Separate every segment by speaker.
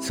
Speaker 1: С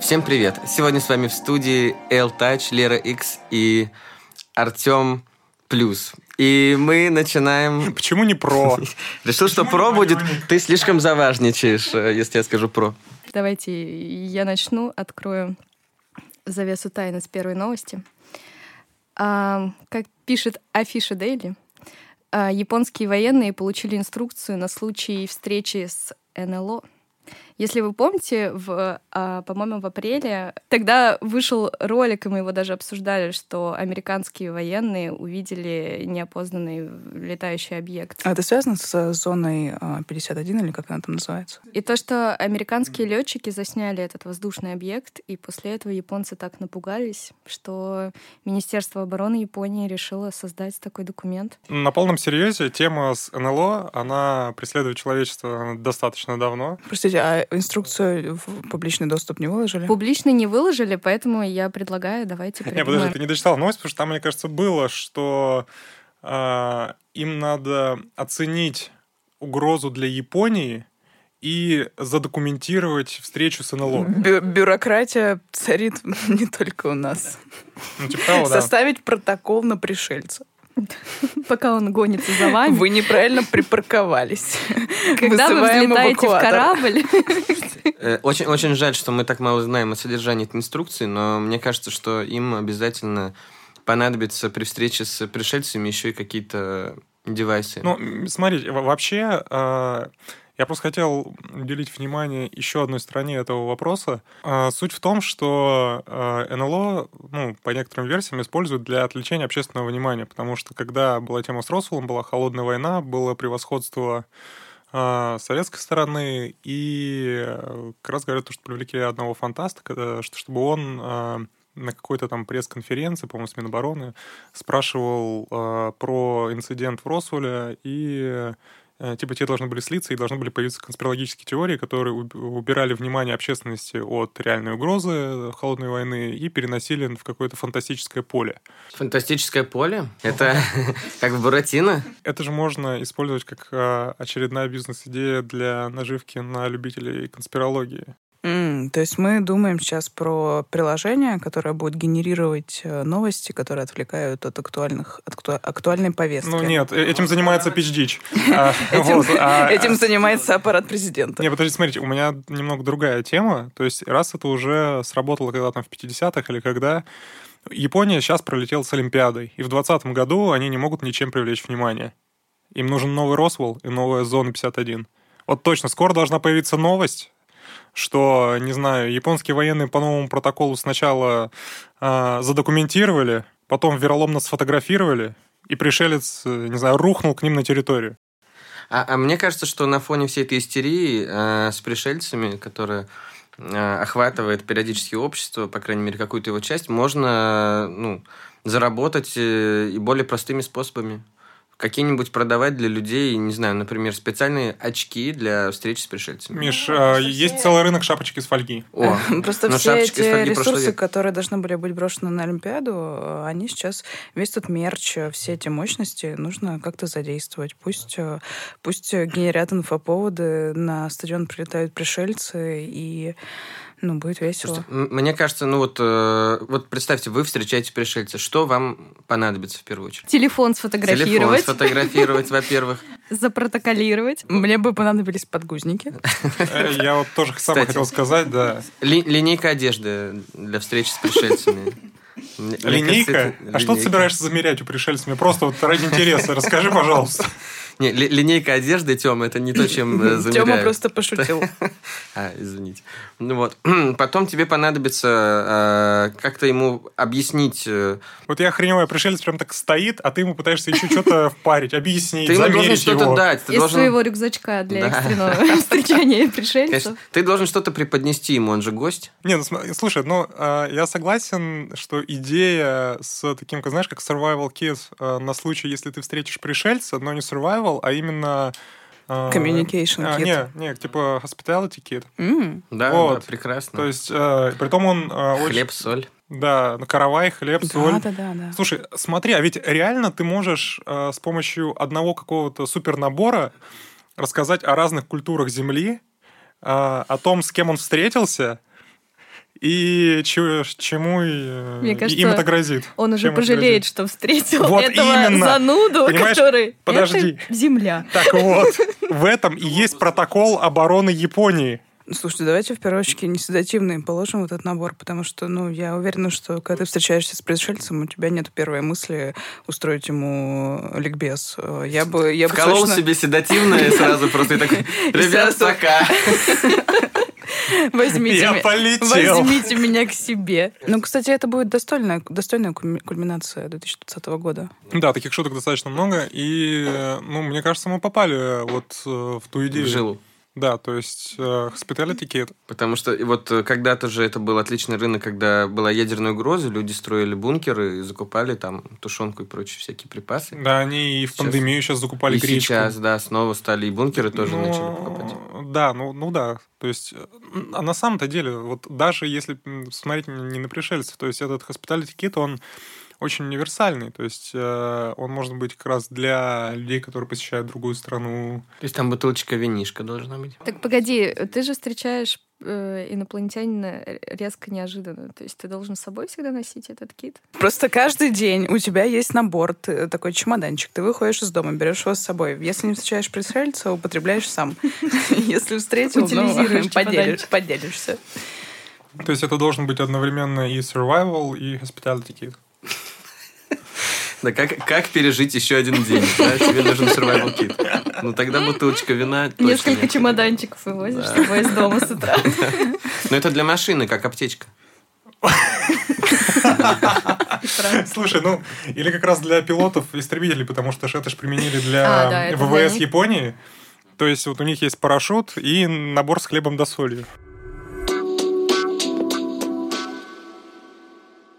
Speaker 1: Всем привет! Сегодня с вами в студии Эл Тач, Лера X и Артем Плюс. И мы начинаем...
Speaker 2: Почему не про?
Speaker 1: Решил, что про будет... Ты слишком заважничаешь, э, если я скажу про.
Speaker 3: Давайте я начну, открою завесу тайны с первой новости. А, как пишет Афиша Дейли, а, японские военные получили инструкцию на случай встречи с НЛО. Если вы помните, в, а, по-моему, в апреле тогда вышел ролик, и мы его даже обсуждали, что американские военные увидели неопознанный летающий объект.
Speaker 4: А это связано с зоной а, 51 или как она там называется?
Speaker 3: И то, что американские летчики засняли этот воздушный объект, и после этого японцы так напугались, что Министерство обороны Японии решило создать такой документ.
Speaker 2: На полном серьезе тема с НЛО, она преследует человечество достаточно давно.
Speaker 4: Простите, а инструкцию в публичный доступ не выложили?
Speaker 3: Публично не выложили, поэтому я предлагаю, давайте
Speaker 2: Не, подожди,
Speaker 3: придумаем.
Speaker 2: ты не дочитал новость, потому что там, мне кажется, было, что а, им надо оценить угрозу для Японии и задокументировать встречу с НЛО.
Speaker 4: Бю- бюрократия царит не только у нас.
Speaker 2: Ну, типа того, да.
Speaker 4: Составить протокол на пришельца.
Speaker 3: Пока он гонится за вами,
Speaker 4: Вы неправильно припарковались.
Speaker 3: когда вы
Speaker 4: Вызываем
Speaker 3: взлетаете в
Speaker 4: эвакуатор.
Speaker 3: корабль,
Speaker 1: Э, Очень, очень жаль, что мы так мало знаем о содержании этой инструкции, но мне кажется, что им обязательно понадобится при встрече с пришельцами еще и какие-то девайсы.
Speaker 2: Ну, м, смотри, во- вообще, э, я просто хотел уделить внимание еще одной стороне этого вопроса. Э, Суть в том, что э, НЛО, ну, по некоторым версиям, используют для отвлечения общественного внимания, потому что когда была тема с Росфолом, была холодная война, было превосходство э, советской стороны, и э, как раз говорят, то, что привлекли одного фантаста, когда- что- чтобы он э, на какой-то там пресс-конференции, по-моему, с Минобороны, спрашивал э, про инцидент в Росуле, и э, типа те должны были слиться, и должны были появиться конспирологические теории, которые уб- убирали внимание общественности от реальной угрозы холодной войны и переносили в какое-то фантастическое поле.
Speaker 1: Фантастическое поле? Это как в Буратино?
Speaker 2: Это же можно использовать как э, очередная бизнес-идея для наживки на любителей конспирологии.
Speaker 4: М, То есть мы думаем сейчас про приложение, которое будет генерировать э, новости, которые отвлекают от актуальных от акту- актуальной повестки.
Speaker 2: Ну нет, э, этим занимается А, пич-дичь.
Speaker 4: Этим,
Speaker 2: а,
Speaker 4: этим занимается аппарат президента.
Speaker 2: Не, подожди, смотрите, у меня немного другая тема. То есть раз это уже сработало когда там в 50-х или когда... Япония сейчас пролетела с Олимпиадой, и в 2020 году они не могут ничем привлечь внимание. Им нужен новый Росвелл и новая Зона 51. Вот точно, скоро должна появиться новость, что, не знаю, японские военные по новому протоколу сначала э, задокументировали, потом вероломно сфотографировали, и пришелец, э, не знаю, рухнул к ним на территорию.
Speaker 1: А, а мне кажется, что на фоне всей этой истерии э, с пришельцами, которая э, охватывает периодически общество, по крайней мере, какую-то его часть, можно э, ну, заработать э, и более простыми способами. Какие-нибудь продавать для людей, не знаю, например, специальные очки для встречи с пришельцами.
Speaker 2: Миш, э, есть целый рынок шапочек из фольги.
Speaker 1: О,
Speaker 4: Просто
Speaker 1: но
Speaker 4: все
Speaker 1: шапочки
Speaker 4: эти
Speaker 1: из фольги прошлого
Speaker 4: ресурсы,
Speaker 1: века.
Speaker 4: которые должны были быть брошены на Олимпиаду, э, они сейчас весь этот мерч, э, все эти мощности нужно как-то задействовать. Пусть, э, пусть э, генерят инфоповоды, на стадион прилетают пришельцы, и ну, будет весело.
Speaker 1: Слушайте, м- Мне кажется, ну вот, э, вот представьте, вы встречаете пришельца. Что вам понадобится в первую очередь?
Speaker 3: телефон
Speaker 1: Телефон
Speaker 3: сфотографировать,
Speaker 1: сфотографировать, во-первых.
Speaker 3: запротоколировать.
Speaker 4: Мне бы понадобились подгузники.
Speaker 2: Э, Я вот тоже
Speaker 1: Кстати.
Speaker 2: сам хотел сказать, да.
Speaker 1: Ли- линейка одежды для встречи с пришельцами. Мне- мне кажется,
Speaker 2: Линейка?
Speaker 1: это
Speaker 2: А что ты
Speaker 1: линейка.
Speaker 2: собираешься замерять у пришельцев? Мне просто вот ради интереса расскажи, пожалуйста.
Speaker 1: Не, ли- линейка одежды, Тёма, это не то, чем э,
Speaker 4: Тема
Speaker 1: замеряют.
Speaker 4: просто пошутил.
Speaker 1: А, извините. Ну вот. Потом тебе понадобится э, как-то ему объяснить. э,
Speaker 2: Вот я охреневаю, пришелец прям так стоит, а ты ему пытаешься еще что-то впарить, объяснить,
Speaker 1: ты ему должен
Speaker 2: замерить
Speaker 1: что-то
Speaker 2: его.
Speaker 1: дать. Ты
Speaker 5: Из
Speaker 1: должен...
Speaker 5: своего рюкзачка для
Speaker 1: Да.
Speaker 5: экстренного встречания пришельцев.
Speaker 1: Конечно, ты должен что-то преподнести ему, он же гость.
Speaker 2: Не, ну см- слушай, ну э, я согласен, что идея с таким, как знаешь, как survival kit э, на случай, если ты встретишь пришельца, но не survival, а именно... э,
Speaker 4: Communication
Speaker 2: а,
Speaker 4: kit.
Speaker 2: Не, не, типа hospitality kit.
Speaker 4: М.
Speaker 1: Да,
Speaker 2: Вот.
Speaker 1: да, прекрасно.
Speaker 2: То есть, э, притом он э, очень...
Speaker 1: Хлеб, соль.
Speaker 2: Да, ну, каравай, хлеб, соль.
Speaker 4: Да, да, да, да.
Speaker 2: Слушай, смотри, а ведь реально ты можешь э, с помощью одного какого-то супернабора рассказать о разных культурах Земли, э, о том, с кем он встретился и чё- чему и, э,
Speaker 5: Мне
Speaker 2: и
Speaker 5: кажется,
Speaker 2: им это грозит.
Speaker 5: Он уже
Speaker 2: Чем это
Speaker 5: пожалеет,
Speaker 2: грозит.
Speaker 5: что встретил
Speaker 2: Вот
Speaker 5: этого
Speaker 2: именно.
Speaker 5: зануду,
Speaker 2: Понимаешь,
Speaker 5: который...
Speaker 2: подожди.
Speaker 5: Это земля.
Speaker 2: Так вот, в этом и есть протокол обороны Японии.
Speaker 4: Ну, Слушайте, давайте в первую очередь не седативные положим в этот набор, потому что, ну, я уверена, что когда ты встречаешься с пришельцем, у тебя нет первой мысли устроить ему ликбез. Э, Я бы, я бы
Speaker 1: Вколол
Speaker 4: точно-
Speaker 1: себе седативное и сразу просто и такой, ребят,
Speaker 4: сразу-
Speaker 1: пока.
Speaker 4: Возьмите
Speaker 2: Я
Speaker 4: меня.
Speaker 2: полетел.
Speaker 4: Возьмите меня к себе. Ну, кстати, это будет достойная, достойная кульми- кульминация 2020 года.
Speaker 2: Да, таких шуток достаточно много, и, э, ну, мне кажется, мы попали вот э, в ту идею.
Speaker 1: В жилу.
Speaker 2: Да, то есть э, hospitality kit.
Speaker 1: Потому что и вот э, когда-то же это был отличный рынок, когда была ядерная угроза, люди строили бункеры и закупали там тушенку и прочие всякие припасы.
Speaker 2: Да, они и в
Speaker 1: Сейчас.
Speaker 2: пандемию сейчас закупали
Speaker 1: и
Speaker 2: гречку.
Speaker 1: сейчас, да, снова стали и бункеры тоже
Speaker 2: Ну,
Speaker 1: начали покупать.
Speaker 2: Да, ну, ну да. То есть, э, а на самом-то деле, вот даже если м, смотреть не не на пришельцев, то есть этот hospitality kit, он очень универсальный. То есть э, он может быть как раз для людей, которые посещают другую страну.
Speaker 1: То есть там бутылочка винишка должна быть.
Speaker 5: Так погоди, ты же встречаешь э, инопланетянина резко неожиданно. То есть ты должен с собой всегда носить этот кит?
Speaker 4: Просто каждый день у тебя есть набор, ты- такой чемоданчик. Ты выходишь из дома, берешь его с собой. Если не встречаешь пришельца, употребляешь сам. Если встретил,
Speaker 5: Утилизируешь
Speaker 4: ну, поделишь-
Speaker 5: чемоданчик.
Speaker 4: поделишься.
Speaker 2: То есть это должен быть одновременно и survival, и hospitality kit.
Speaker 1: Да как, как пережить еще один день? да? Тебе нужен survival kit. Ну тогда бутылочка вина точно
Speaker 5: Несколько
Speaker 1: необходима.
Speaker 5: чемоданчиков вывозишь с
Speaker 1: Да.
Speaker 5: собой из дома с утра.
Speaker 1: Но это для машины, как аптечка.
Speaker 5: И сразу.
Speaker 2: Слушай, ну, или как раз для пилотов-истребителей, потому что ж это ж применили для
Speaker 5: А, да, это для
Speaker 2: ВВС
Speaker 5: них.
Speaker 2: Японии. То есть вот у них есть парашют и набор с хлебом да солью.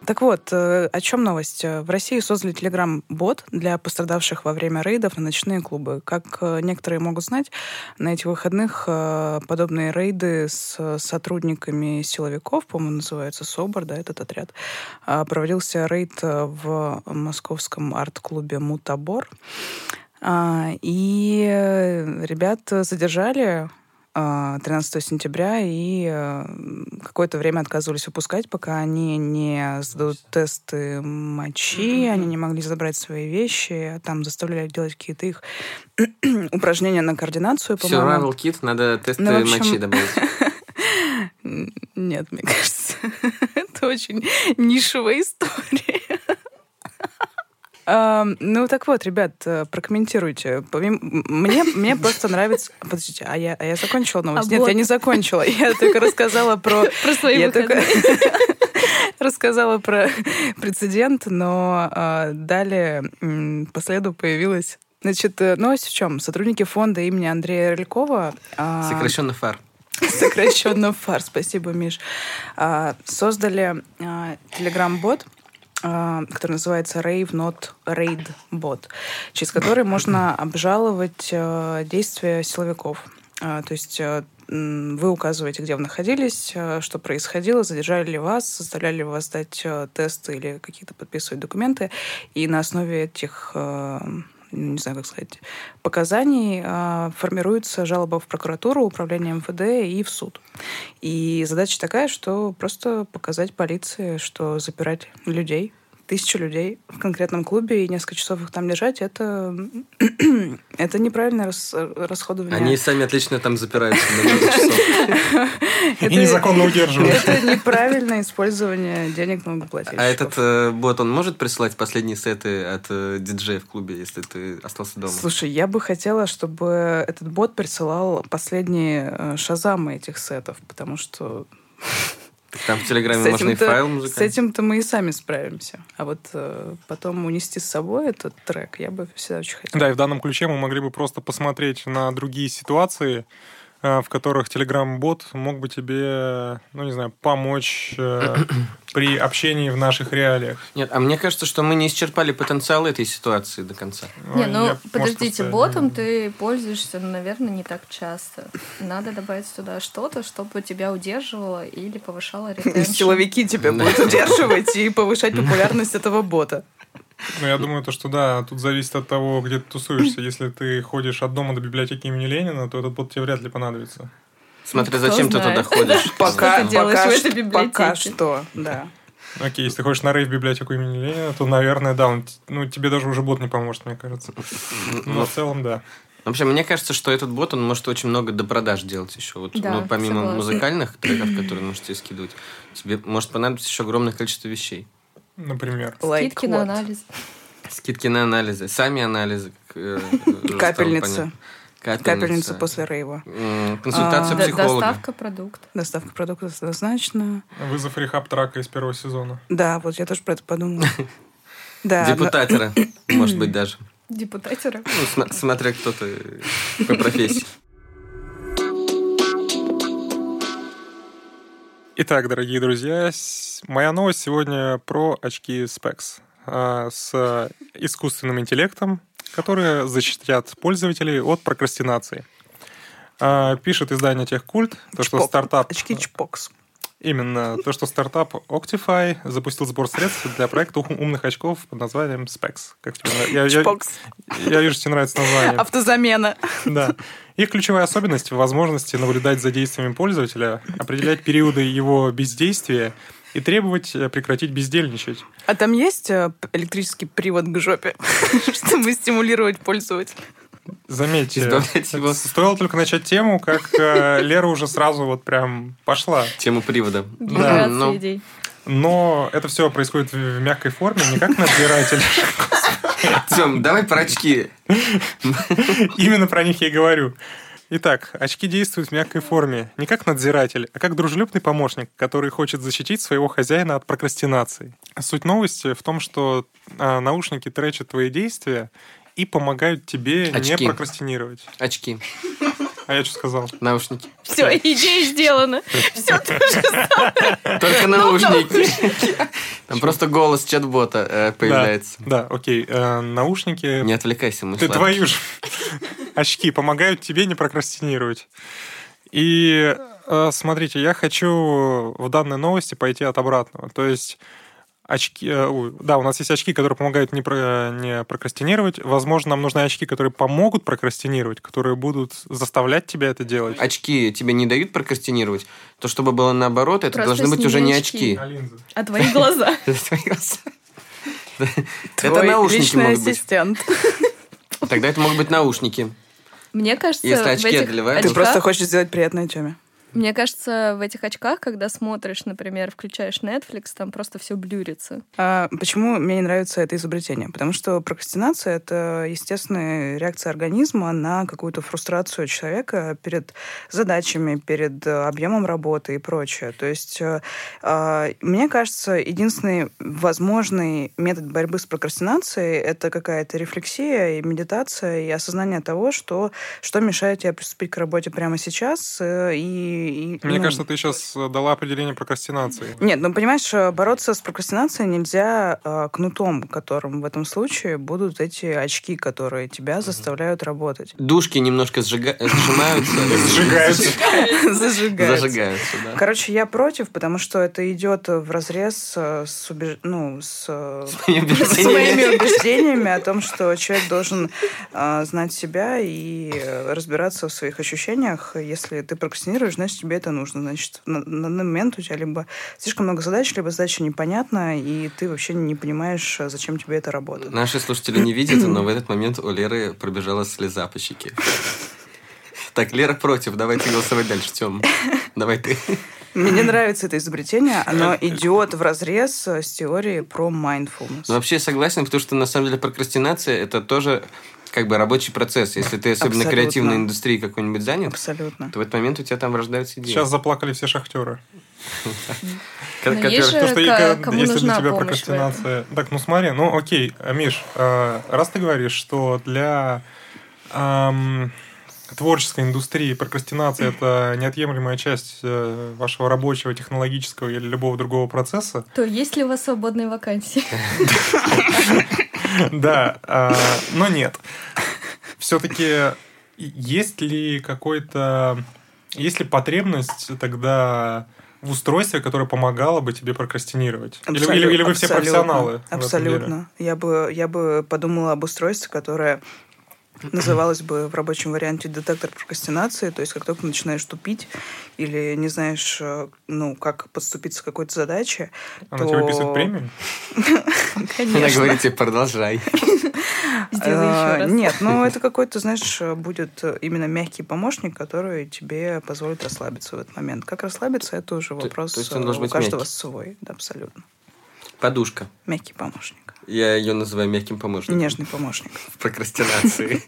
Speaker 4: Так вот, э, о чем новость? Э, В России создали телеграм-бот для пострадавших во время рейдов на ночные клубы. Как э, некоторые могут знать, на эти выходных э, подобные рейды с э, сотрудниками силовиков, по-моему, называется СОБР, да, этот отряд, э, проводился рейд э, в московском арт-клубе «Мутабор». А, И э, ребят задержали э, 13 сентября и э, какое-то время отказывались выпускать, пока они не сдадут тесты мочи, они не могли забрать свои вещи, а там заставляли делать какие-то их упражнения на координацию, Ну, по-моему.
Speaker 1: Survival kit, надо тесты
Speaker 4: Ну, в общем,
Speaker 1: мочи добавить.
Speaker 4: Н- Нет, мне кажется, это очень нишевая история. А, Ну так вот, ребят, э, прокомментируйте. Помимо- м- Мне, мне просто нравится... Подождите, а я, а я закончила новость?
Speaker 5: А
Speaker 4: Нет,
Speaker 5: вот.
Speaker 4: я не закончила. Я только рассказала про...
Speaker 5: Про свои
Speaker 4: Я
Speaker 5: выходные.
Speaker 4: только рассказала про прецедент, но а, далее м, по следу появилась... Значит, э, новость в чем? Сотрудники фонда имени Андрея Рылькова... а,
Speaker 1: Сокращенно фар.
Speaker 4: сокращенно фар, спасибо, Миш, А, создали а, телеграм-бот, а, который называется Rave Not Raid Bot, через который можно обжаловать а, действия силовиков. А, То есть а, м, вы указываете, где вы находились, а, что происходило, задержали ли вас, заставляли ли вас сдать а, тесты или какие-то подписывать документы. И на основе этих а, не знаю, как сказать, показаний а, формируется жалоба в прокуратуру, управление МВД и в суд. И задача такая, что просто показать полиции, что запирать людей тысячи людей в конкретном клубе и несколько часов их там держать, это, это неправильное рас- расходование.
Speaker 1: Они сами отлично там запираются на много часов.
Speaker 2: И незаконно удерживают.
Speaker 4: Это неправильное использование денег налогоплательщиков.
Speaker 1: А этот э, бот, он может присылать последние сеты от э, диджея в клубе, если ты остался дома?
Speaker 4: Слушай, я бы хотела, чтобы этот бот присылал последние э, шазамы этих сетов, потому что
Speaker 1: Так Там в
Speaker 4: с
Speaker 1: Телеграме можно и файл
Speaker 4: этим-то, с
Speaker 1: музыкальный.
Speaker 4: этим-то мы и сами справимся. А вот э, потом унести с собой этот трек я бы всегда очень хотела.
Speaker 2: Да, и в данном ключе мы могли бы просто посмотреть на другие ситуации, э, в которых Telegram-бот мог бы тебе, ну, не знаю, помочь э, при общении в наших реалиях.
Speaker 1: Нет, а мне кажется, что мы не исчерпали потенциал этой ситуации до конца.
Speaker 2: Ой,
Speaker 3: Не, ну
Speaker 2: я, может,
Speaker 3: подождите,
Speaker 2: просто-
Speaker 3: ботом ты пользуешься, ну, наверное, не так часто. Надо добавить сюда что-то, чтобы тебя удерживало или повышало ретеншн.
Speaker 4: Силовики тебя
Speaker 1: Да.
Speaker 4: будут удерживать и повышать популярность этого бота.
Speaker 2: Ну, я думаю, то, что да, тут зависит от того, где ты тусуешься. Если ты ходишь от дома до библиотеки имени Ленина, то этот бот тебе вряд ли понадобится.
Speaker 1: Смотри,
Speaker 3: кто
Speaker 1: зачем ты
Speaker 3: знает.
Speaker 1: туда ходишь.
Speaker 4: Ну, Пока,
Speaker 3: ты делаешь
Speaker 4: пока
Speaker 3: в
Speaker 4: ш-
Speaker 3: этой
Speaker 4: пока
Speaker 3: библиотеке?
Speaker 4: что, да.
Speaker 2: Окей, если ты хочешь на рейв в библиотеку имени Ленина, то, наверное, да, он, т- ну, тебе даже уже бот не поможет, мне кажется. Но
Speaker 1: Ну,
Speaker 2: в целом, да.
Speaker 1: Вообще, мне кажется, что этот бот, он может очень много допродаж делать еще. Вот,
Speaker 3: Да,
Speaker 1: ну, помимо
Speaker 3: согласна.
Speaker 1: музыкальных треков, которые можете скидывать, тебе может понадобиться еще огромное количество вещей.
Speaker 2: Например.
Speaker 4: Like
Speaker 3: Скидки на
Speaker 4: what?
Speaker 3: анализ.
Speaker 1: Скидки на анализы, сами анализы. как, э, уже стало
Speaker 4: Капельница.
Speaker 1: понятно. Капельница.
Speaker 4: Капельница после рейва.
Speaker 1: М,
Speaker 4: А,
Speaker 1: Консультация
Speaker 3: Д-
Speaker 1: психолога.
Speaker 3: Доставка продуктов.
Speaker 4: Доставка продуктов однозначно.
Speaker 2: Вызов рехаб-трака из первого сезона.
Speaker 4: Да, вот я тоже про это подумала. Да,
Speaker 2: ну,
Speaker 4: но-
Speaker 1: Депутатера, может быть, даже.
Speaker 3: Депутатера.
Speaker 1: Ну, см- смотря кто ты по профессии.
Speaker 2: Итак, дорогие друзья, с- моя новость сегодня про очки Specs а, с искусственным интеллектом, которые защитят пользователей от прокрастинации. А, Пишет издание Техкульт, то, что
Speaker 4: Чпок.
Speaker 2: стартап...
Speaker 4: Очки чпокс.
Speaker 2: Именно, то, что стартап Octify запустил сбор средств для проекта ум- умных очков под названием Specs. Как тебе нрав- я, я-
Speaker 4: Чпокс.
Speaker 2: я вижу, что тебе нравится название.
Speaker 4: Автозамена.
Speaker 2: Да. Их ключевая особенность в возможности наблюдать за действиями пользователя, определять периоды его бездействия и требовать э, прекратить бездельничать.
Speaker 4: А там есть э, п- электрический привод к жопе, чтобы стимулировать пользователя?
Speaker 2: Заметьте,
Speaker 1: Избавлять его.
Speaker 2: стоило только начать тему, как э, Лера уже сразу вот прям пошла.
Speaker 1: Тему привода.
Speaker 3: Генерация
Speaker 1: Ну,
Speaker 3: идей.
Speaker 2: Но это все происходит в, в мягкой форме, не как надзиратель.
Speaker 1: Тём, давай про очки.
Speaker 2: Именно про них я и говорю. Итак, очки действуют в мягкой форме, не как надзиратель, а как дружелюбный помощник, который хочет защитить своего хозяина от прокрастинации. Суть новости в том, что а, наушники тречат твои действия и помогают тебе
Speaker 1: Очки.
Speaker 2: не прокрастинировать.
Speaker 1: Очки,
Speaker 2: А я что сказал?
Speaker 1: наушники.
Speaker 3: Все, идея сделана. Все,
Speaker 1: Только наушники. Там просто голос чат-бота э, появляется.
Speaker 2: Да, да, окей. Э, наушники...
Speaker 1: Не отвлекайся, мы
Speaker 2: Ты
Speaker 1: сладкие.
Speaker 2: твою же очки помогают тебе не прокрастинировать. И э, смотрите, я хочу в данной новости пойти от обратного. То есть очки, э, ой, да, у нас есть очки, которые помогают не, про- не прокрастинировать. Возможно, нам нужны очки, которые помогут прокрастинировать, которые будут заставлять тебя это делать.
Speaker 1: Очки тебе не дают прокрастинировать, то чтобы было наоборот, это
Speaker 3: Просто
Speaker 1: должны быть
Speaker 3: сними
Speaker 1: уже не
Speaker 3: очки.
Speaker 1: очки.
Speaker 2: А линзы?
Speaker 3: А твои глаза?
Speaker 1: Это
Speaker 4: Твой
Speaker 1: наушники
Speaker 4: личный
Speaker 1: могут быть.
Speaker 4: ассистент.
Speaker 1: Тогда это могут быть наушники.
Speaker 3: Мне кажется,
Speaker 1: Если
Speaker 3: в
Speaker 1: очки
Speaker 3: этих
Speaker 1: одолевают.
Speaker 4: Ты
Speaker 3: очках-
Speaker 4: просто хочешь сделать приятное Тёме.
Speaker 3: Мне кажется, в этих очках, когда смотришь, например, включаешь Netflix, там просто все блюрится.
Speaker 4: А Почему мне не нравится это изобретение? Потому что прокрастинация — это естественная реакция организма на какую-то фрустрацию человека перед задачами, перед э, объемом работы и прочее. То есть, э, э, мне кажется, единственный возможный метод борьбы с прокрастинацией — это какая-то рефлексия и медитация, и осознание того, что, что мешает тебе приступить к работе прямо сейчас. э, И, и,
Speaker 2: Мне
Speaker 4: ну,
Speaker 2: кажется, ты сейчас дала определение прокрастинации.
Speaker 4: нет, ну понимаешь, э, бороться с прокрастинацией нельзя э, кнутом, которым в этом случае будут эти очки, которые тебя заставляют работать.
Speaker 1: Душки немножко сжига- сжимаются.
Speaker 2: Сжигаются.
Speaker 4: Зажигают.
Speaker 1: Зажигаются, да.
Speaker 4: Короче, я против, потому что это идет в разрез э, с, убеж- ну, с, э, с моими убеждениями о том, что человек должен а, э, знать себя и э, разбираться в своих ощущениях. Если ты прокрастинируешь, значит, значит, тебе это нужно. Значит, на, на данный момент у тебя либо слишком много задач, либо задача непонятна, и ты вообще не понимаешь, а зачем тебе эта работа.
Speaker 1: Наши слушатели не видят, но в этот момент у Леры пробежала слеза по щеке. Так, Лера против. Давайте голосовать дальше, Тем. Давай ты.
Speaker 4: Мне нравится это изобретение, оно идет в разрез с теорией про mindfulness.
Speaker 1: Ну, вообще я согласен, потому что на самом деле прокрастинация это тоже как бы рабочий процесс. Если ты особенно
Speaker 4: Абсолютно.
Speaker 1: креативной индустрии какой-нибудь занят,
Speaker 4: Абсолютно.
Speaker 1: то в этот момент у тебя там рождаются идеи.
Speaker 2: Сейчас заплакали все шахтеры.
Speaker 1: Ко-
Speaker 3: Но
Speaker 1: ко-
Speaker 3: есть же-
Speaker 2: То, что и
Speaker 3: Ко-
Speaker 2: ко-
Speaker 3: кому
Speaker 2: если для
Speaker 3: нужна
Speaker 2: тебя
Speaker 3: помощь в
Speaker 2: прокрастинация. Так, ну смотри, ну окей, а, Миш, а, раз ты говоришь, что для ам, творческой индустрии прокрастинация это неотъемлемая часть э, вашего рабочего, технологического или любого другого процесса,
Speaker 3: То есть ли у вас свободные вакансии?
Speaker 2: да, а, но нет. Все-таки есть ли какой-то... Есть ли потребность тогда в устройстве, которое помогало бы тебе прокрастинировать? Или,
Speaker 4: Абсолю-
Speaker 2: или- или вы все
Speaker 4: абсолютно,
Speaker 2: профессионалы? в этом деле?
Speaker 4: Абсолютно. Я бы, я бы подумала об устройстве, которое называлось бы в рабочем варианте детектор прокрастинации. То есть, как только начинаешь тупить или не знаешь, э, ну, как подступиться к какой-то задаче,
Speaker 2: Она
Speaker 4: то-
Speaker 2: А тебе выписывает премию?
Speaker 1: Она говорит тебе, продолжай.
Speaker 3: Сделай
Speaker 4: Э,
Speaker 3: еще раз.
Speaker 4: Нет, ну это какой-то, знаешь, э, будет э, именно мягкий помощник, который тебе позволит расслабиться в этот момент. Как расслабиться, это уже вопрос
Speaker 1: то есть
Speaker 4: э,
Speaker 1: он должен
Speaker 4: у
Speaker 1: быть
Speaker 4: каждого
Speaker 1: мягкий.
Speaker 4: свой. Да, абсолютно.
Speaker 1: Подушка.
Speaker 4: Мягкий помощник.
Speaker 1: Я ее называю мягким помощником.
Speaker 4: Нежный помощник.
Speaker 1: в прокрастинации.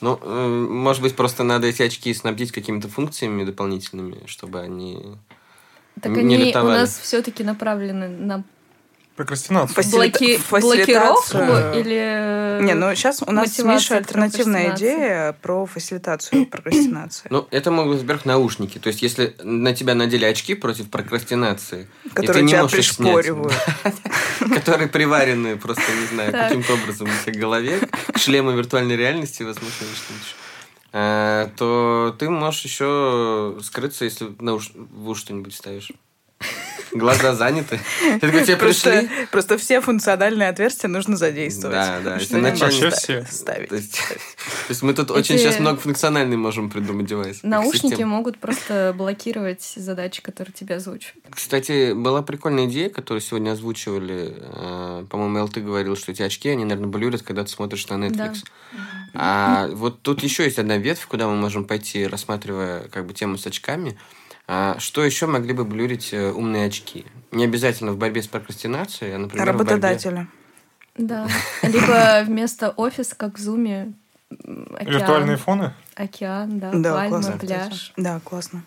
Speaker 1: Ну, э, может быть, просто надо эти очки снабдить какими-то функциями дополнительными, чтобы они...
Speaker 3: Так
Speaker 1: не
Speaker 3: они у
Speaker 1: лютовали.
Speaker 3: нас все-таки направлены на
Speaker 2: Прокрастинацию.
Speaker 4: Фасилита-
Speaker 3: блоки- блокировку
Speaker 4: фасилитацию.
Speaker 3: или... э,
Speaker 4: Не, ну сейчас у нас с Мишей
Speaker 3: мотивация к
Speaker 4: альтернативная
Speaker 3: прокрастинации.
Speaker 4: идея про фасилитацию прокрастинации,
Speaker 1: Ну, это могут быть, во-первых, наушники. То есть, если на тебя надели очки против прокрастинации, и ты
Speaker 4: которую
Speaker 1: не
Speaker 4: тебя
Speaker 1: можешь их снять,
Speaker 4: пришпоривают.
Speaker 1: которые приварены просто, не знаю,
Speaker 3: Так.
Speaker 1: каким-то образом у тебя в голове, к шлему виртуальной реальности, возможно, или что-нибудь еще, э, то ты можешь еще скрыться, если на уш- в уши что-нибудь ставишь. Глаза заняты. Ты такой, тебе
Speaker 4: Просто,
Speaker 1: пришли?
Speaker 4: просто все функциональные отверстия нужно задействовать.
Speaker 1: Да, да, если
Speaker 4: Что-нибудь
Speaker 1: начальник-
Speaker 2: Вообще все.
Speaker 4: ставить.
Speaker 1: То есть, то есть мы тут очень
Speaker 3: Эти
Speaker 1: сейчас многофункциональный можем придумать девайс.
Speaker 3: Наушники
Speaker 1: экосистему.
Speaker 3: могут просто блокировать задачи, которые тебя озвучивают.
Speaker 1: Кстати, была прикольная идея, которую сегодня озвучивали. Э, По-моему, ЛТ говорил, что эти очки, они, наверное, блюрят, когда ты смотришь на Netflix. А вот тут еще есть одна ветвь, куда мы можем пойти, рассматривая как бы тему с очками. А Что еще могли бы блюрить э, умные очки? Не обязательно в борьбе с прокрастинацией, а, например, в борьбе-
Speaker 4: Работодателя.
Speaker 3: Да. Либо вместо офиса, как в зуме, м, океан.
Speaker 2: Виртуальные фоны?
Speaker 3: Океан, да,
Speaker 4: Да,
Speaker 3: пальмы,
Speaker 4: классно.
Speaker 3: пляж.
Speaker 4: Да, классно.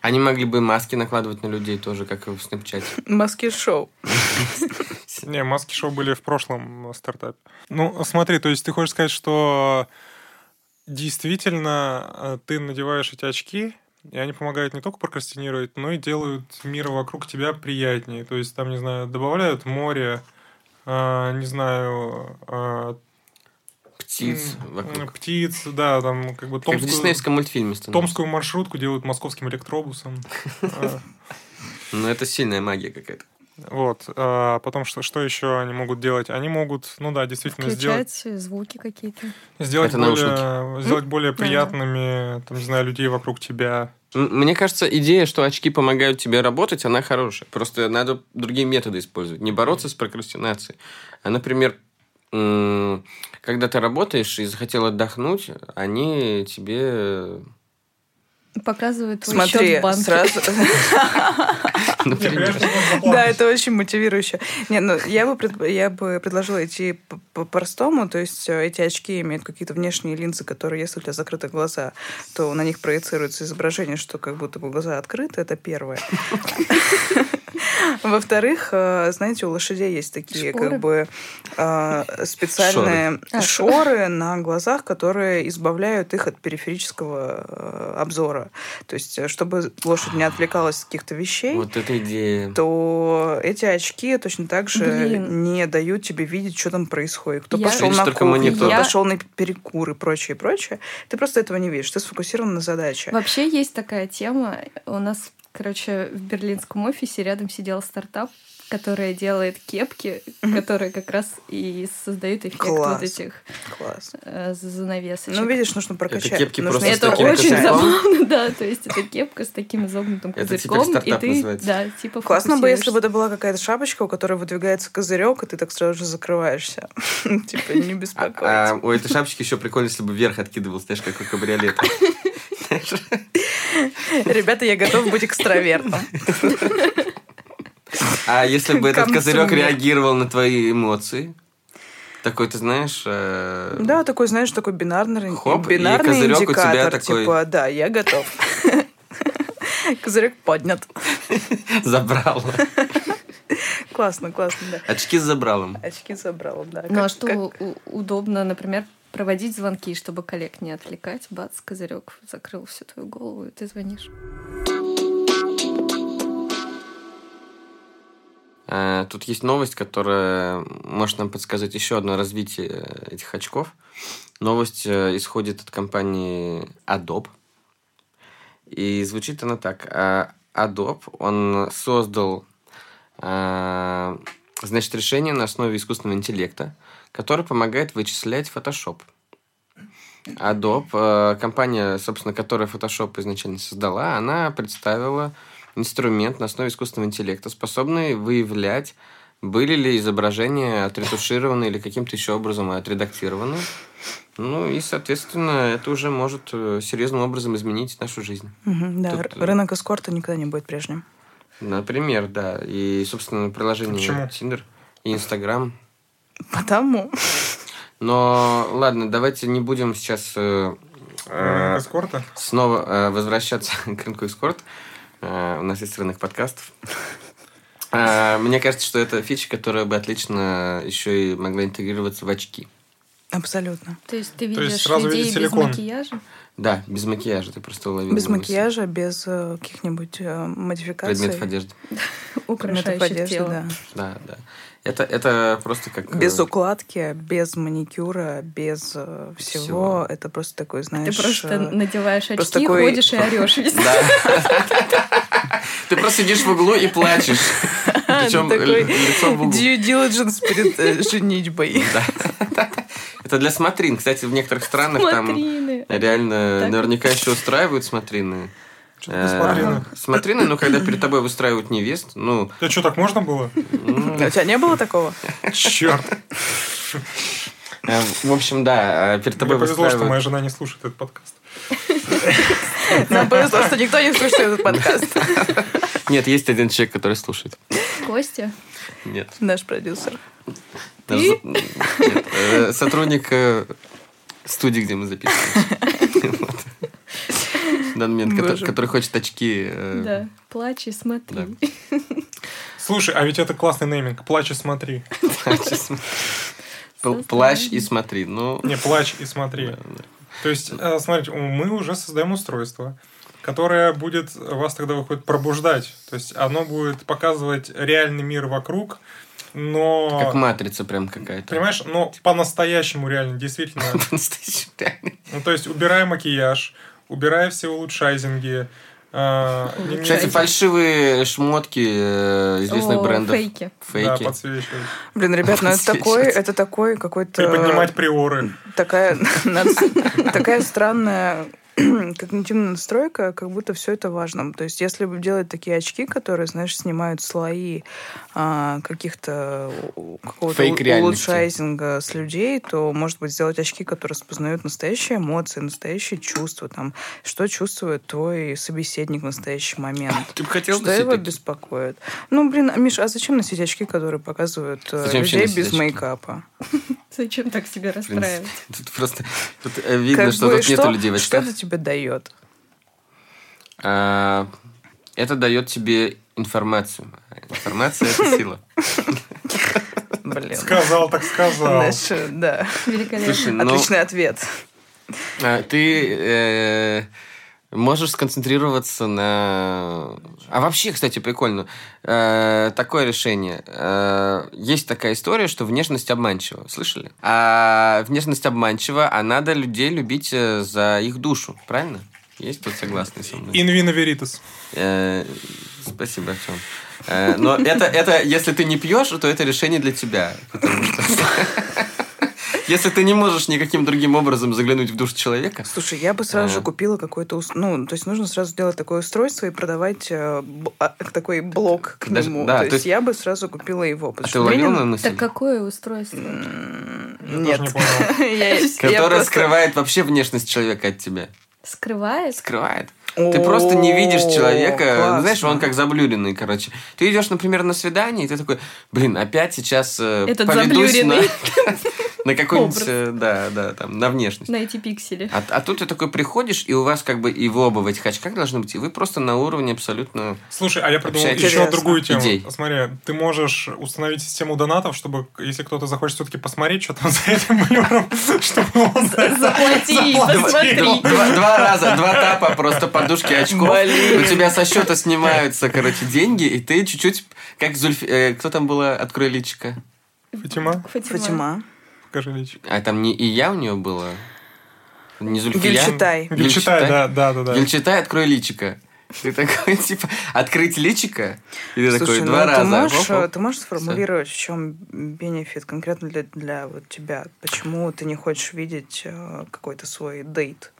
Speaker 1: Они могли бы маски накладывать на людей тоже, как и в Snapchat.
Speaker 4: Маски шоу.
Speaker 2: Не, маски шоу были в прошлом стартапе. Ну, смотри, то есть ты хочешь сказать, что действительно э, ты надеваешь эти очки, и они помогают не только прокрастинировать, но и делают мир вокруг тебя приятнее. То есть там, не знаю, добавляют море, э, не знаю, э,
Speaker 1: Птиц
Speaker 2: м,
Speaker 1: вокруг.
Speaker 2: птиц, да, там как бы
Speaker 1: Как в
Speaker 2: томскую,
Speaker 1: диснеевском мультфильме становится.
Speaker 2: томскую маршрутку делают московским электробусом. Э,
Speaker 1: Но Ну, это сильная магия какая-то.
Speaker 2: Вот. а потом что, что еще они могут делать? Они могут, ну да, действительно сделать,
Speaker 3: Включать звуки какие-то.
Speaker 2: сделать,
Speaker 1: Это
Speaker 2: более, сделать более
Speaker 3: Да-да.
Speaker 2: приятными, там, не знаю, людей вокруг тебя.
Speaker 1: М- Мне кажется, идея, что очки помогают тебе работать, она хорошая. Просто надо другие методы использовать. Не бороться с прокрастинацией. А, например, м, когда ты работаешь и захотел отдохнуть, они тебе... э,
Speaker 3: Показывают твой счет
Speaker 4: Смотри,
Speaker 3: в банке.
Speaker 4: сразу...
Speaker 1: Например,
Speaker 4: Да, это очень мотивирующе. Не, ну, я бы, пред- я бы предложила идти по- по-простому, то есть э, эти очки имеют какие-то внешние линзы, которые, если у тебя закрыты глаза, то на них проецируется изображение, что как будто бы глаза открыты, это первое. Во-вторых, э, знаете, у лошадей есть такие
Speaker 3: Шпоры?
Speaker 4: как бы э, специальные
Speaker 3: А,
Speaker 4: шоры на глазах, которые избавляют их от периферического э, обзора. То есть, э, чтобы лошадь не отвлекалась от каких-то вещей,
Speaker 1: Вот эта идея.
Speaker 4: то эти очки точно так же
Speaker 3: Блин.
Speaker 4: не дают тебе видеть, что там происходит. Кто
Speaker 3: Я-
Speaker 4: пошел
Speaker 1: Видишь
Speaker 4: на
Speaker 1: только
Speaker 4: кухню,
Speaker 1: монитор.
Speaker 4: кто
Speaker 3: Я-
Speaker 4: пошел на перекур и прочее, прочее. Ты просто этого не видишь. Ты сфокусирован на задаче.
Speaker 3: Вообще есть такая тема. У нас, короче, в берлинском офисе рядом сидел стартап, которая делает кепки, которые как раз и создают эффект
Speaker 4: Класс.
Speaker 3: вот этих
Speaker 4: Класс.
Speaker 3: э, занавесочек.
Speaker 4: Ну, видишь, нужно прокачать.
Speaker 1: кепки
Speaker 4: Нужно
Speaker 1: просто с
Speaker 3: это
Speaker 1: таким
Speaker 3: очень
Speaker 1: козырьком.
Speaker 3: забавно, да. То есть это кепка с таким изогнутым
Speaker 1: Это теперь
Speaker 3: козырьком. и
Speaker 1: стартап
Speaker 3: ты,
Speaker 1: называется.
Speaker 3: Да, типа
Speaker 4: типа Классно бы, если бы
Speaker 3: фокусируешься.
Speaker 4: это была какая-то шапочка, у которой выдвигается козырек, и ты так сразу же закрываешься. Типа, не
Speaker 1: А-
Speaker 4: беспокойтесь.
Speaker 1: а у этой шапочки еще прикольно, если бы вверх откидывал, знаешь, как у кабриолета.
Speaker 4: Ребята, я готов быть экстравертом.
Speaker 1: А если бы этот
Speaker 4: Комсомоль.
Speaker 1: козырек реагировал на твои эмоции? Такой, ты знаешь... э,
Speaker 4: Да, такой, знаешь, такой бинарный,
Speaker 1: Хоп, и
Speaker 4: бинарный
Speaker 1: козырек у тебя
Speaker 4: индикатор.
Speaker 1: такой.
Speaker 4: Типа, да, я готов. Козырек поднят.
Speaker 1: Забрал.
Speaker 4: Классно, классно, да.
Speaker 1: Очки с забралом.
Speaker 4: Очки забрала, да.
Speaker 3: Ну а
Speaker 4: Как-
Speaker 3: что
Speaker 4: как-
Speaker 3: у- удобно, например, проводить звонки, чтобы коллег не отвлекать. Бац, козырек закрыл всю твою голову, и ты звонишь.
Speaker 1: Э, Тут есть новость, которая может нам подсказать еще одно развитие э, этих очков. Новость э, исходит от компании Adobe. И звучит она так. А, Adobe, он создал а, значит, решение на основе искусственного интеллекта, которое помогает вычислять Photoshop. Adobe, э, компания, собственно, которая Photoshop изначально создала, она представила инструмент на основе искусственного интеллекта, способный выявлять, были ли изображения отретушированы или каким-то еще образом отредактированы. Ну и, соответственно, это уже может э, серьезным образом изменить нашу жизнь.
Speaker 4: Мгм, Да,
Speaker 1: Тут, э,
Speaker 4: р- рынок эскорта никогда не будет прежним.
Speaker 1: Например, да. И, собственно, приложение
Speaker 2: Почему?
Speaker 1: Tinder и Instagram.
Speaker 4: Потому
Speaker 1: Но ладно, давайте не будем сейчас э, э,
Speaker 2: Эскорта?
Speaker 1: снова э, возвращаться к рынку эскорт. Э, у нас есть рынок подкастов. Э, Мне кажется, что это фича, которая бы отлично еще и могла интегрироваться в очки.
Speaker 4: абсолютно.
Speaker 3: То есть ты
Speaker 2: есть
Speaker 3: видишь
Speaker 2: сразу
Speaker 3: людей
Speaker 2: видеть
Speaker 3: без
Speaker 2: силикон.
Speaker 3: макияжа?
Speaker 1: Да, без макияжа ты просто уловил.
Speaker 4: Без
Speaker 1: мысль.
Speaker 4: макияжа, без э, каких-нибудь э, модификаций.
Speaker 1: Предметов одежды.
Speaker 4: предметов
Speaker 3: украшающих
Speaker 4: одежды,
Speaker 3: тело.
Speaker 4: да.
Speaker 1: Да, да. Это, это просто как... э,
Speaker 4: Без укладки, без маникюра, без э, всего.
Speaker 1: Всего.
Speaker 4: Это просто такой,
Speaker 3: Ты
Speaker 4: знаешь...
Speaker 3: просто
Speaker 4: э,
Speaker 3: надеваешь очки,
Speaker 4: просто такой-
Speaker 3: ходишь и орешь весь.
Speaker 1: Да. Ты просто сидишь в углу и плачешь. Причем
Speaker 4: такой
Speaker 1: лицом в углу.
Speaker 4: Due diligence перед э, женитьбой.
Speaker 1: Это для смотрин. Кстати, в некоторых странах там
Speaker 4: э,
Speaker 3: Смотрины.
Speaker 1: реально
Speaker 3: Так.
Speaker 1: наверняка еще устраивают смотрины.
Speaker 2: Что-то без смотрины.
Speaker 1: Э, Смотрины, ну, когда перед тобой выстраивают невест, ну,
Speaker 2: Да что, так можно было?
Speaker 4: У тебя не было такого?
Speaker 2: Черт.
Speaker 1: э, в общем, да, э, перед тобой
Speaker 2: Мне повезло, что моя
Speaker 1: выстраивают...
Speaker 2: жена не слушает этот подкаст.
Speaker 4: Нам повезло, что никто не слушает этот подкаст.
Speaker 1: Нет, есть один человек, который слушает.
Speaker 3: Костя,
Speaker 1: Нет.
Speaker 4: Наш продюсер.
Speaker 1: Наш за- Нет, э, Сотрудник э, студии, где мы записываемся. Вот. В данный момент, который-
Speaker 4: Боже.
Speaker 1: который хочет очки. э,
Speaker 3: да, плачь и смотри.
Speaker 2: Слушай, а ведь это классный нейминг. Плачь и смотри.
Speaker 1: Плачь и см- Пл- Плащ и смотри. Ну,
Speaker 2: Не, плачь и смотри. То есть, э, смотрите, у- мы уже создаем устройство, которое будет вас тогда выходит пробуждать. То есть, оно будет показывать реальный мир вокруг, но...
Speaker 1: как матрица прям какая-то.
Speaker 2: Понимаешь, но по-настоящему реально, действительно.
Speaker 1: Настоящий реальный.
Speaker 2: Ну, то есть, убирая макияж, убирая все улучшайзинги. э, не меняя-
Speaker 1: Кстати, фальшивые шмотки э, известных
Speaker 3: О,
Speaker 1: брендов.
Speaker 3: Фейки.
Speaker 2: Да,
Speaker 1: Фейки.
Speaker 2: подсвечивать.
Speaker 4: Блин, ребят, ну это
Speaker 1: Подсвечивать.
Speaker 4: такой, это такой какой-то...
Speaker 2: Приподнимать приоры.
Speaker 4: такая, нац- такая странная когнитивная настройка, как будто все это важно. То есть, если бы делать такие очки, которые, знаешь, снимают слои а, каких-то у- какого-то
Speaker 1: Фейк
Speaker 4: у-
Speaker 1: реальности.
Speaker 4: улучшайзинга с людей, то, может быть, сделать очки, которые распознают настоящие эмоции, настоящие чувства, там, что чувствует твой собеседник в настоящий момент.
Speaker 1: Ты бы хотел
Speaker 4: Что
Speaker 1: носить
Speaker 4: его
Speaker 1: такие?
Speaker 4: беспокоит? Ну, блин, а, Миш, а зачем носить очки, которые показывают э,
Speaker 1: Зачем вообще
Speaker 4: людей
Speaker 1: носить
Speaker 4: без
Speaker 1: очки?
Speaker 4: мейкапа?
Speaker 3: Зачем так себя
Speaker 1: В принципе,
Speaker 3: расстраивать?
Speaker 1: Тут просто тут э, видно,
Speaker 4: Как
Speaker 1: что
Speaker 4: бы
Speaker 1: тут нету людей в
Speaker 4: Что
Speaker 1: очках.
Speaker 4: это тебе дает?
Speaker 1: А, Это дает тебе информацию. А Информация — это сила.
Speaker 4: Блин.
Speaker 2: Сказал, так сказал.
Speaker 4: Знаешь, э, да.
Speaker 3: Великолепно.
Speaker 1: Слушай, ну,
Speaker 4: Отличный ответ.
Speaker 1: а, ты э, можешь сконцентрироваться на... А вообще, кстати, прикольно. э, Такое решение. Э, Есть такая история, что внешность обманчива. Слышали? А внешность обманчива, а надо людей любить э, за их душу. Правильно? Есть тут согласны со мной?
Speaker 2: Инвина веритас.
Speaker 1: Э, Спасибо, Артем. Э, Но это, это, если ты не пьешь, то это решение для тебя. Потому что... Если ты не можешь никаким другим образом заглянуть в душу человека,
Speaker 4: Слушай, я бы сразу же
Speaker 1: Ага.
Speaker 4: купила какое-то... ус- Ну, то есть нужно сразу сделать такое устройство и продавать э, б- а, такой блок к
Speaker 1: Даже-
Speaker 4: нему.
Speaker 1: да,
Speaker 4: то,
Speaker 1: то
Speaker 4: есть,
Speaker 1: есть-
Speaker 4: я бы сразу купила его. потому
Speaker 1: а ты
Speaker 4: что-
Speaker 1: уловил
Speaker 3: Блин,
Speaker 1: мою мысль?
Speaker 3: Так какое устройство?
Speaker 4: М,
Speaker 2: Я
Speaker 4: Нет.
Speaker 2: тоже не понял.
Speaker 4: Я- я
Speaker 1: Которая
Speaker 4: просто-
Speaker 1: скрывает вообще внешность человека от тебя.
Speaker 3: Скрывает?
Speaker 1: Скрывает. Ты просто не видишь человека. Ну, Знаешь, он как заблюренный, короче. Ты идешь, например, на свидание, и ты такой, блин, опять сейчас э,
Speaker 3: Этот
Speaker 1: поведусь на,
Speaker 3: заблюренный.
Speaker 1: на какой-нибудь,
Speaker 3: Образ.
Speaker 1: э, да, да, там, на внешность.
Speaker 3: На эти пиксели.
Speaker 1: А, а тут ты такой приходишь, и у вас как бы и вы оба в этих очках должны быть, и вы просто на уровне абсолютно...
Speaker 2: Слушай, а я придумал
Speaker 1: Вообще
Speaker 2: еще
Speaker 4: интересно.
Speaker 2: другую тему.
Speaker 1: Идей.
Speaker 2: Смотри, ты можешь установить систему донатов, чтобы, если кто-то захочет все-таки посмотреть, что там за этим блюром, чтобы он...
Speaker 3: Заплати, посмотри.
Speaker 1: Два, два раза, два тапа просто подушки очков. У тебя со счета снимаются, короче, деньги, и ты чуть-чуть, как Зульфи... э, кто там была? Открой личико.
Speaker 2: Фатима,
Speaker 3: Фатима.
Speaker 4: Фатима.
Speaker 2: покажи личик.
Speaker 1: А там не и я у нее была? Не Зульфия?
Speaker 4: Гюльчатай.
Speaker 2: Гюльчатай, да, да, да, да.
Speaker 1: Гюльчатай, открой личико. Ты такой, типа, открыть личико? И ты такой,
Speaker 4: ну,
Speaker 1: два
Speaker 4: ты
Speaker 1: раза.
Speaker 4: Можешь,
Speaker 1: оп, оп.
Speaker 4: э, ты можешь сформулировать, в чем бенефит конкретно для, для вот тебя? Почему ты не хочешь видеть э, какой-то свой дейт?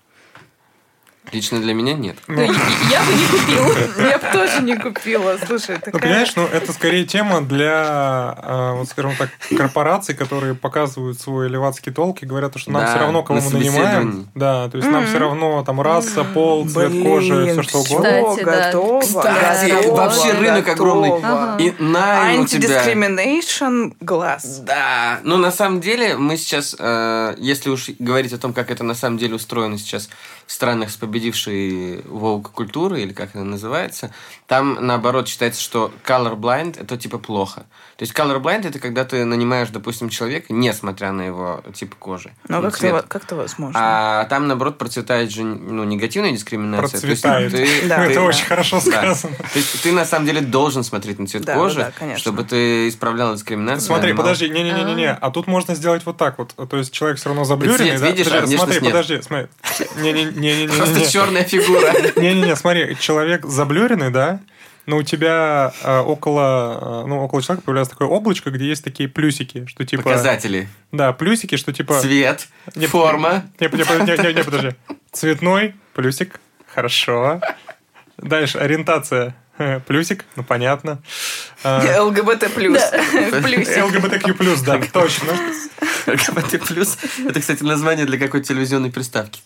Speaker 1: Лично для меня нет.
Speaker 3: Ну, и- и Я бы не купил.
Speaker 4: Я бы тоже не купила. Слушай,
Speaker 2: Ну,
Speaker 4: такая...
Speaker 2: понимаешь, ну, это скорее тема для, э, вот скажем так, корпораций, которые показывают свой левацкий толк и говорят, что нам
Speaker 1: Да,
Speaker 2: все равно, кого
Speaker 1: на
Speaker 2: мы нанимаем.
Speaker 1: собеседовании.
Speaker 2: Да, то есть нам все равно там раса, пол, цвет
Speaker 4: Блин,
Speaker 2: кожи, все что
Speaker 4: всё,
Speaker 2: угодно.
Speaker 3: Кстати, да.
Speaker 4: готово,
Speaker 1: Кстати,
Speaker 4: готово,
Speaker 1: вообще рынок огромный.
Speaker 4: готово.
Speaker 3: Ага.
Speaker 1: И
Speaker 4: А
Speaker 1: найм у тебя...
Speaker 4: Антидискриминейшн глаз.
Speaker 1: Да, но на самом деле мы сейчас, э, если уж говорить о том, как это на самом деле устроено сейчас в странах с победившей волк культуры или как она называется, там наоборот считается, что colorblind это типа плохо. То есть colorblind это когда ты нанимаешь, допустим, человека, несмотря на его тип кожи.
Speaker 4: Ну,
Speaker 1: и
Speaker 4: как
Speaker 1: цвет.
Speaker 4: это, как это возможно?
Speaker 1: А там, наоборот, процветает же ну, негативная дискриминация. То есть
Speaker 2: Процветает.
Speaker 1: ты-
Speaker 4: Да.
Speaker 1: ты-
Speaker 2: Это очень хорошо
Speaker 1: Да.
Speaker 2: сказано.
Speaker 1: То есть ты на самом деле должен смотреть на цвет
Speaker 4: Да,
Speaker 1: кожи,
Speaker 4: да, да, конечно.
Speaker 1: чтобы ты исправлял дискриминацию.
Speaker 2: Смотри,
Speaker 1: нанимал.
Speaker 2: подожди, не-не-не-не, а тут можно сделать вот так вот. То есть человек все равно заблюренный,
Speaker 1: цвет
Speaker 2: да?
Speaker 1: видишь, а
Speaker 2: Подожди,
Speaker 1: внешность
Speaker 2: смотри,
Speaker 1: нет.
Speaker 2: подожди, смотри.
Speaker 1: Просто
Speaker 2: Не-не-не-не-не.
Speaker 1: черная фигура.
Speaker 2: Не-не-не, смотри, человек заблюренный, да? Но у тебя э, около, э, ну, около человека появляется такое облачко, где есть такие плюсики, что типа...
Speaker 1: Показатели.
Speaker 2: Да, плюсики, что типа...
Speaker 1: Цвет,
Speaker 2: Не-
Speaker 1: форма.
Speaker 2: Не, не, не, не, не, подожди. Цветной, плюсик, хорошо. Дальше, ориентация, э, плюсик, ну, понятно. Э,
Speaker 4: ЛГБТ плюс. Плюсик.
Speaker 2: ЛГБТК+, да, точно.
Speaker 1: LGBT+. плюс. Это, кстати, название для какой-то телевизионной приставки.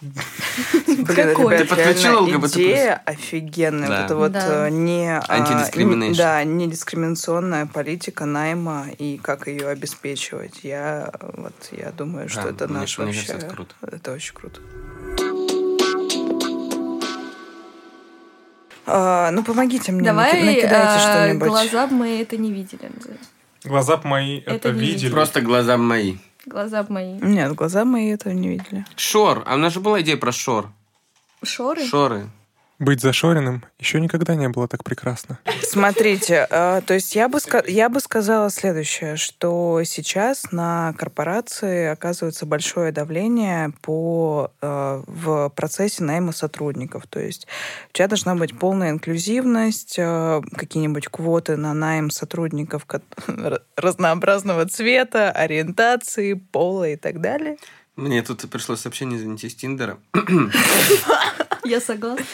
Speaker 4: Блин,
Speaker 3: Какой?
Speaker 4: ребят,
Speaker 1: Ты подключила
Speaker 4: реально
Speaker 1: ЛГБТ+.
Speaker 4: идея офигенная.
Speaker 1: Да.
Speaker 4: Вот это вот
Speaker 3: Да.
Speaker 4: э, не... а,
Speaker 1: Антидискриминейшн.
Speaker 4: н- Да, недискриминационная политика найма и как ее обеспечивать. Я э, вот я думаю, что
Speaker 1: Да,
Speaker 4: это
Speaker 1: мне-
Speaker 4: наш
Speaker 1: мне
Speaker 4: вообще...
Speaker 1: кажется, это круто.
Speaker 4: Это очень круто. А, ну, помогите мне,
Speaker 3: Давай
Speaker 4: наки- накидайте
Speaker 3: а,
Speaker 4: что-нибудь.
Speaker 3: глаза б мои это не видели.
Speaker 2: Глаза б мои это,
Speaker 3: Это не
Speaker 2: видели.
Speaker 1: Просто глаза мои.
Speaker 3: Глаза б мои.
Speaker 4: Нет, глаза мои этого не видели.
Speaker 1: Шор. А у нас же была идея про шор.
Speaker 3: Шоры?
Speaker 1: Шоры.
Speaker 2: Быть зашоренным еще никогда не было так прекрасно.
Speaker 4: Смотрите, э, то есть я бы, ска- я бы сказала следующее, что сейчас на корпорации оказывается большое давление по, э, в процессе найма сотрудников. То есть у тебя должна быть полная инклюзивность, э, какие-нибудь квоты на найм сотрудников ко- разнообразного цвета, ориентации, пола и так далее.
Speaker 1: Мне тут пришло сообщение, извините, из Тиндера.
Speaker 3: Я согласна.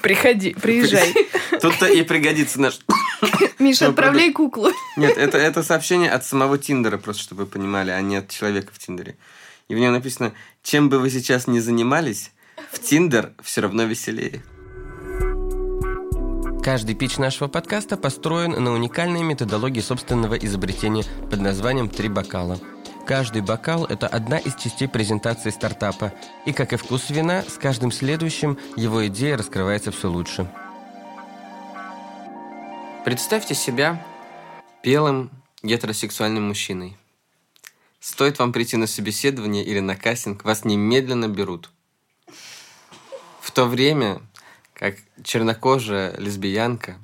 Speaker 4: Приходи, приезжай.
Speaker 1: Тут-то и пригодится наш...
Speaker 3: Миша,
Speaker 1: Всё,
Speaker 3: отправляй куклу.
Speaker 1: Нет, это, это сообщение от самого Тиндера, просто чтобы вы понимали, а не от человека в Тиндере. И в нем написано, чем бы вы сейчас ни занимались, в Тиндер все равно веселее.
Speaker 6: Каждый пич нашего подкаста построен на уникальной методологии собственного изобретения под названием «Три бокала». Каждый бокал – это одна из частей презентации стартапа. И, как и вкус вина, с каждым следующим его идея раскрывается все лучше.
Speaker 1: Представьте себя белым гетеросексуальным мужчиной. Стоит вам прийти на собеседование или на кастинг, вас немедленно берут. В то время, как чернокожая лесбиянка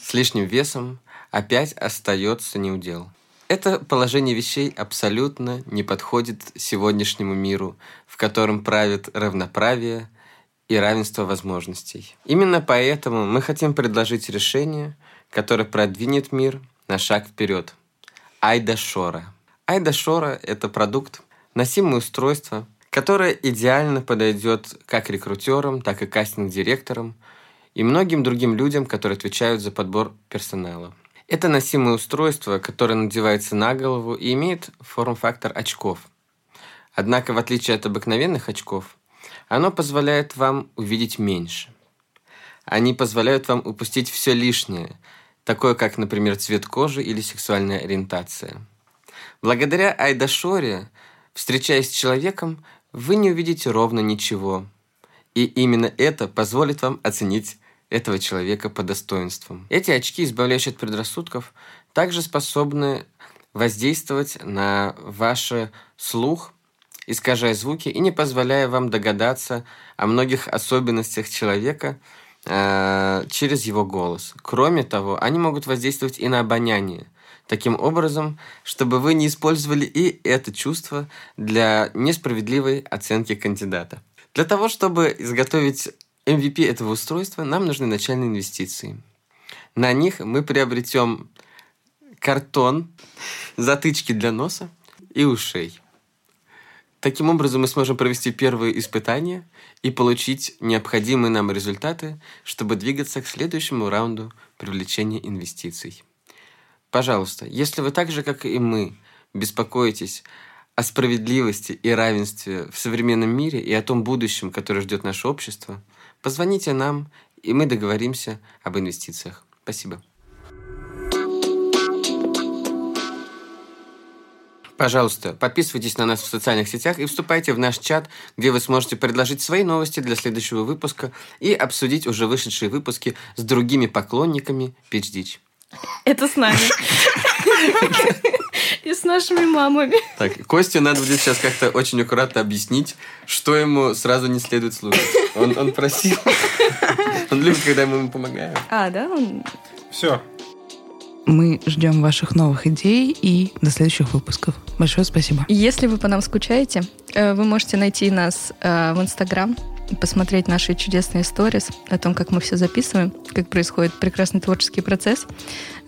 Speaker 1: с лишним весом опять остается неудел. Это положение вещей абсолютно не подходит сегодняшнему миру, в котором правит равноправие и равенство возможностей. Именно поэтому мы хотим предложить решение, которое продвинет мир на шаг вперед. Айда Шора. Айда Шора – это продукт, носимое устройство, которое идеально подойдет как рекрутерам, так и кастинг-директорам и многим другим людям, которые отвечают за подбор персонала. Это носимое устройство, которое надевается на голову и имеет форм-фактор очков. Однако, в отличие от обыкновенных очков, оно позволяет вам увидеть меньше. Они позволяют вам упустить все лишнее, такое как, например, цвет кожи или сексуальная ориентация. Благодаря Айдашоре, встречаясь с человеком, вы не увидите ровно ничего. И именно это позволит вам оценить этого человека по достоинствам. Эти очки, избавляющие от предрассудков, также способны воздействовать на ваш слух, искажая звуки и не позволяя вам догадаться о многих особенностях человека э, через его голос. Кроме того, они могут воздействовать и на обоняние, таким образом, чтобы вы не использовали и это чувство для несправедливой оценки кандидата. Для того, чтобы изготовить MVP этого устройства нам нужны начальные инвестиции. На них мы приобретем картон, затычки для носа и ушей. Таким образом, мы сможем провести первые испытания и получить необходимые нам результаты, чтобы двигаться к следующему раунду привлечения инвестиций. Пожалуйста, если вы так же, как и мы, беспокоитесь о справедливости и равенстве в современном мире и о том будущем, которое ждет наше общество, позвоните нам, и мы договоримся об инвестициях. Спасибо. Пожалуйста, подписывайтесь на нас в социальных сетях и вступайте в наш чат, где вы сможете предложить свои новости для следующего выпуска и обсудить уже вышедшие выпуски с другими поклонниками PitchDitch.
Speaker 3: Это с нами. И с нашими мамами.
Speaker 1: Так, Костю надо будет сейчас как-то очень аккуратно объяснить, что ему сразу не следует слушать. Он, он просил. Он любит, когда мы ему помогаем.
Speaker 3: А, да? Он...
Speaker 2: Все.
Speaker 4: Мы ждем ваших новых идей и до следующих выпусков. Большое спасибо.
Speaker 5: Если вы по нам скучаете, э, вы можете найти нас э, в Инстаграм, посмотреть наши чудесные сторис о том, как мы все записываем, как происходит прекрасный творческий процесс,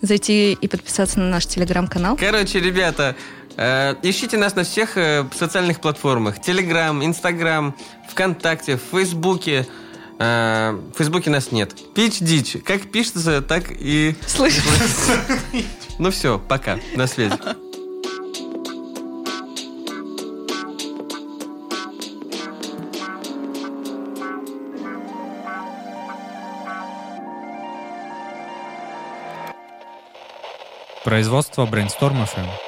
Speaker 5: зайти и подписаться на наш Телеграм-канал.
Speaker 1: Короче, ребята, э, ищите нас на всех э, социальных платформах. Телеграм, Инстаграм, ВКонтакте, в Фейсбуке. Э, в Фейсбуке нас нет. Пич дичь. Как пишется, так и...
Speaker 5: Слышишь?
Speaker 1: Ну все, пока. На связи.
Speaker 7: Производство Brainstorm FM.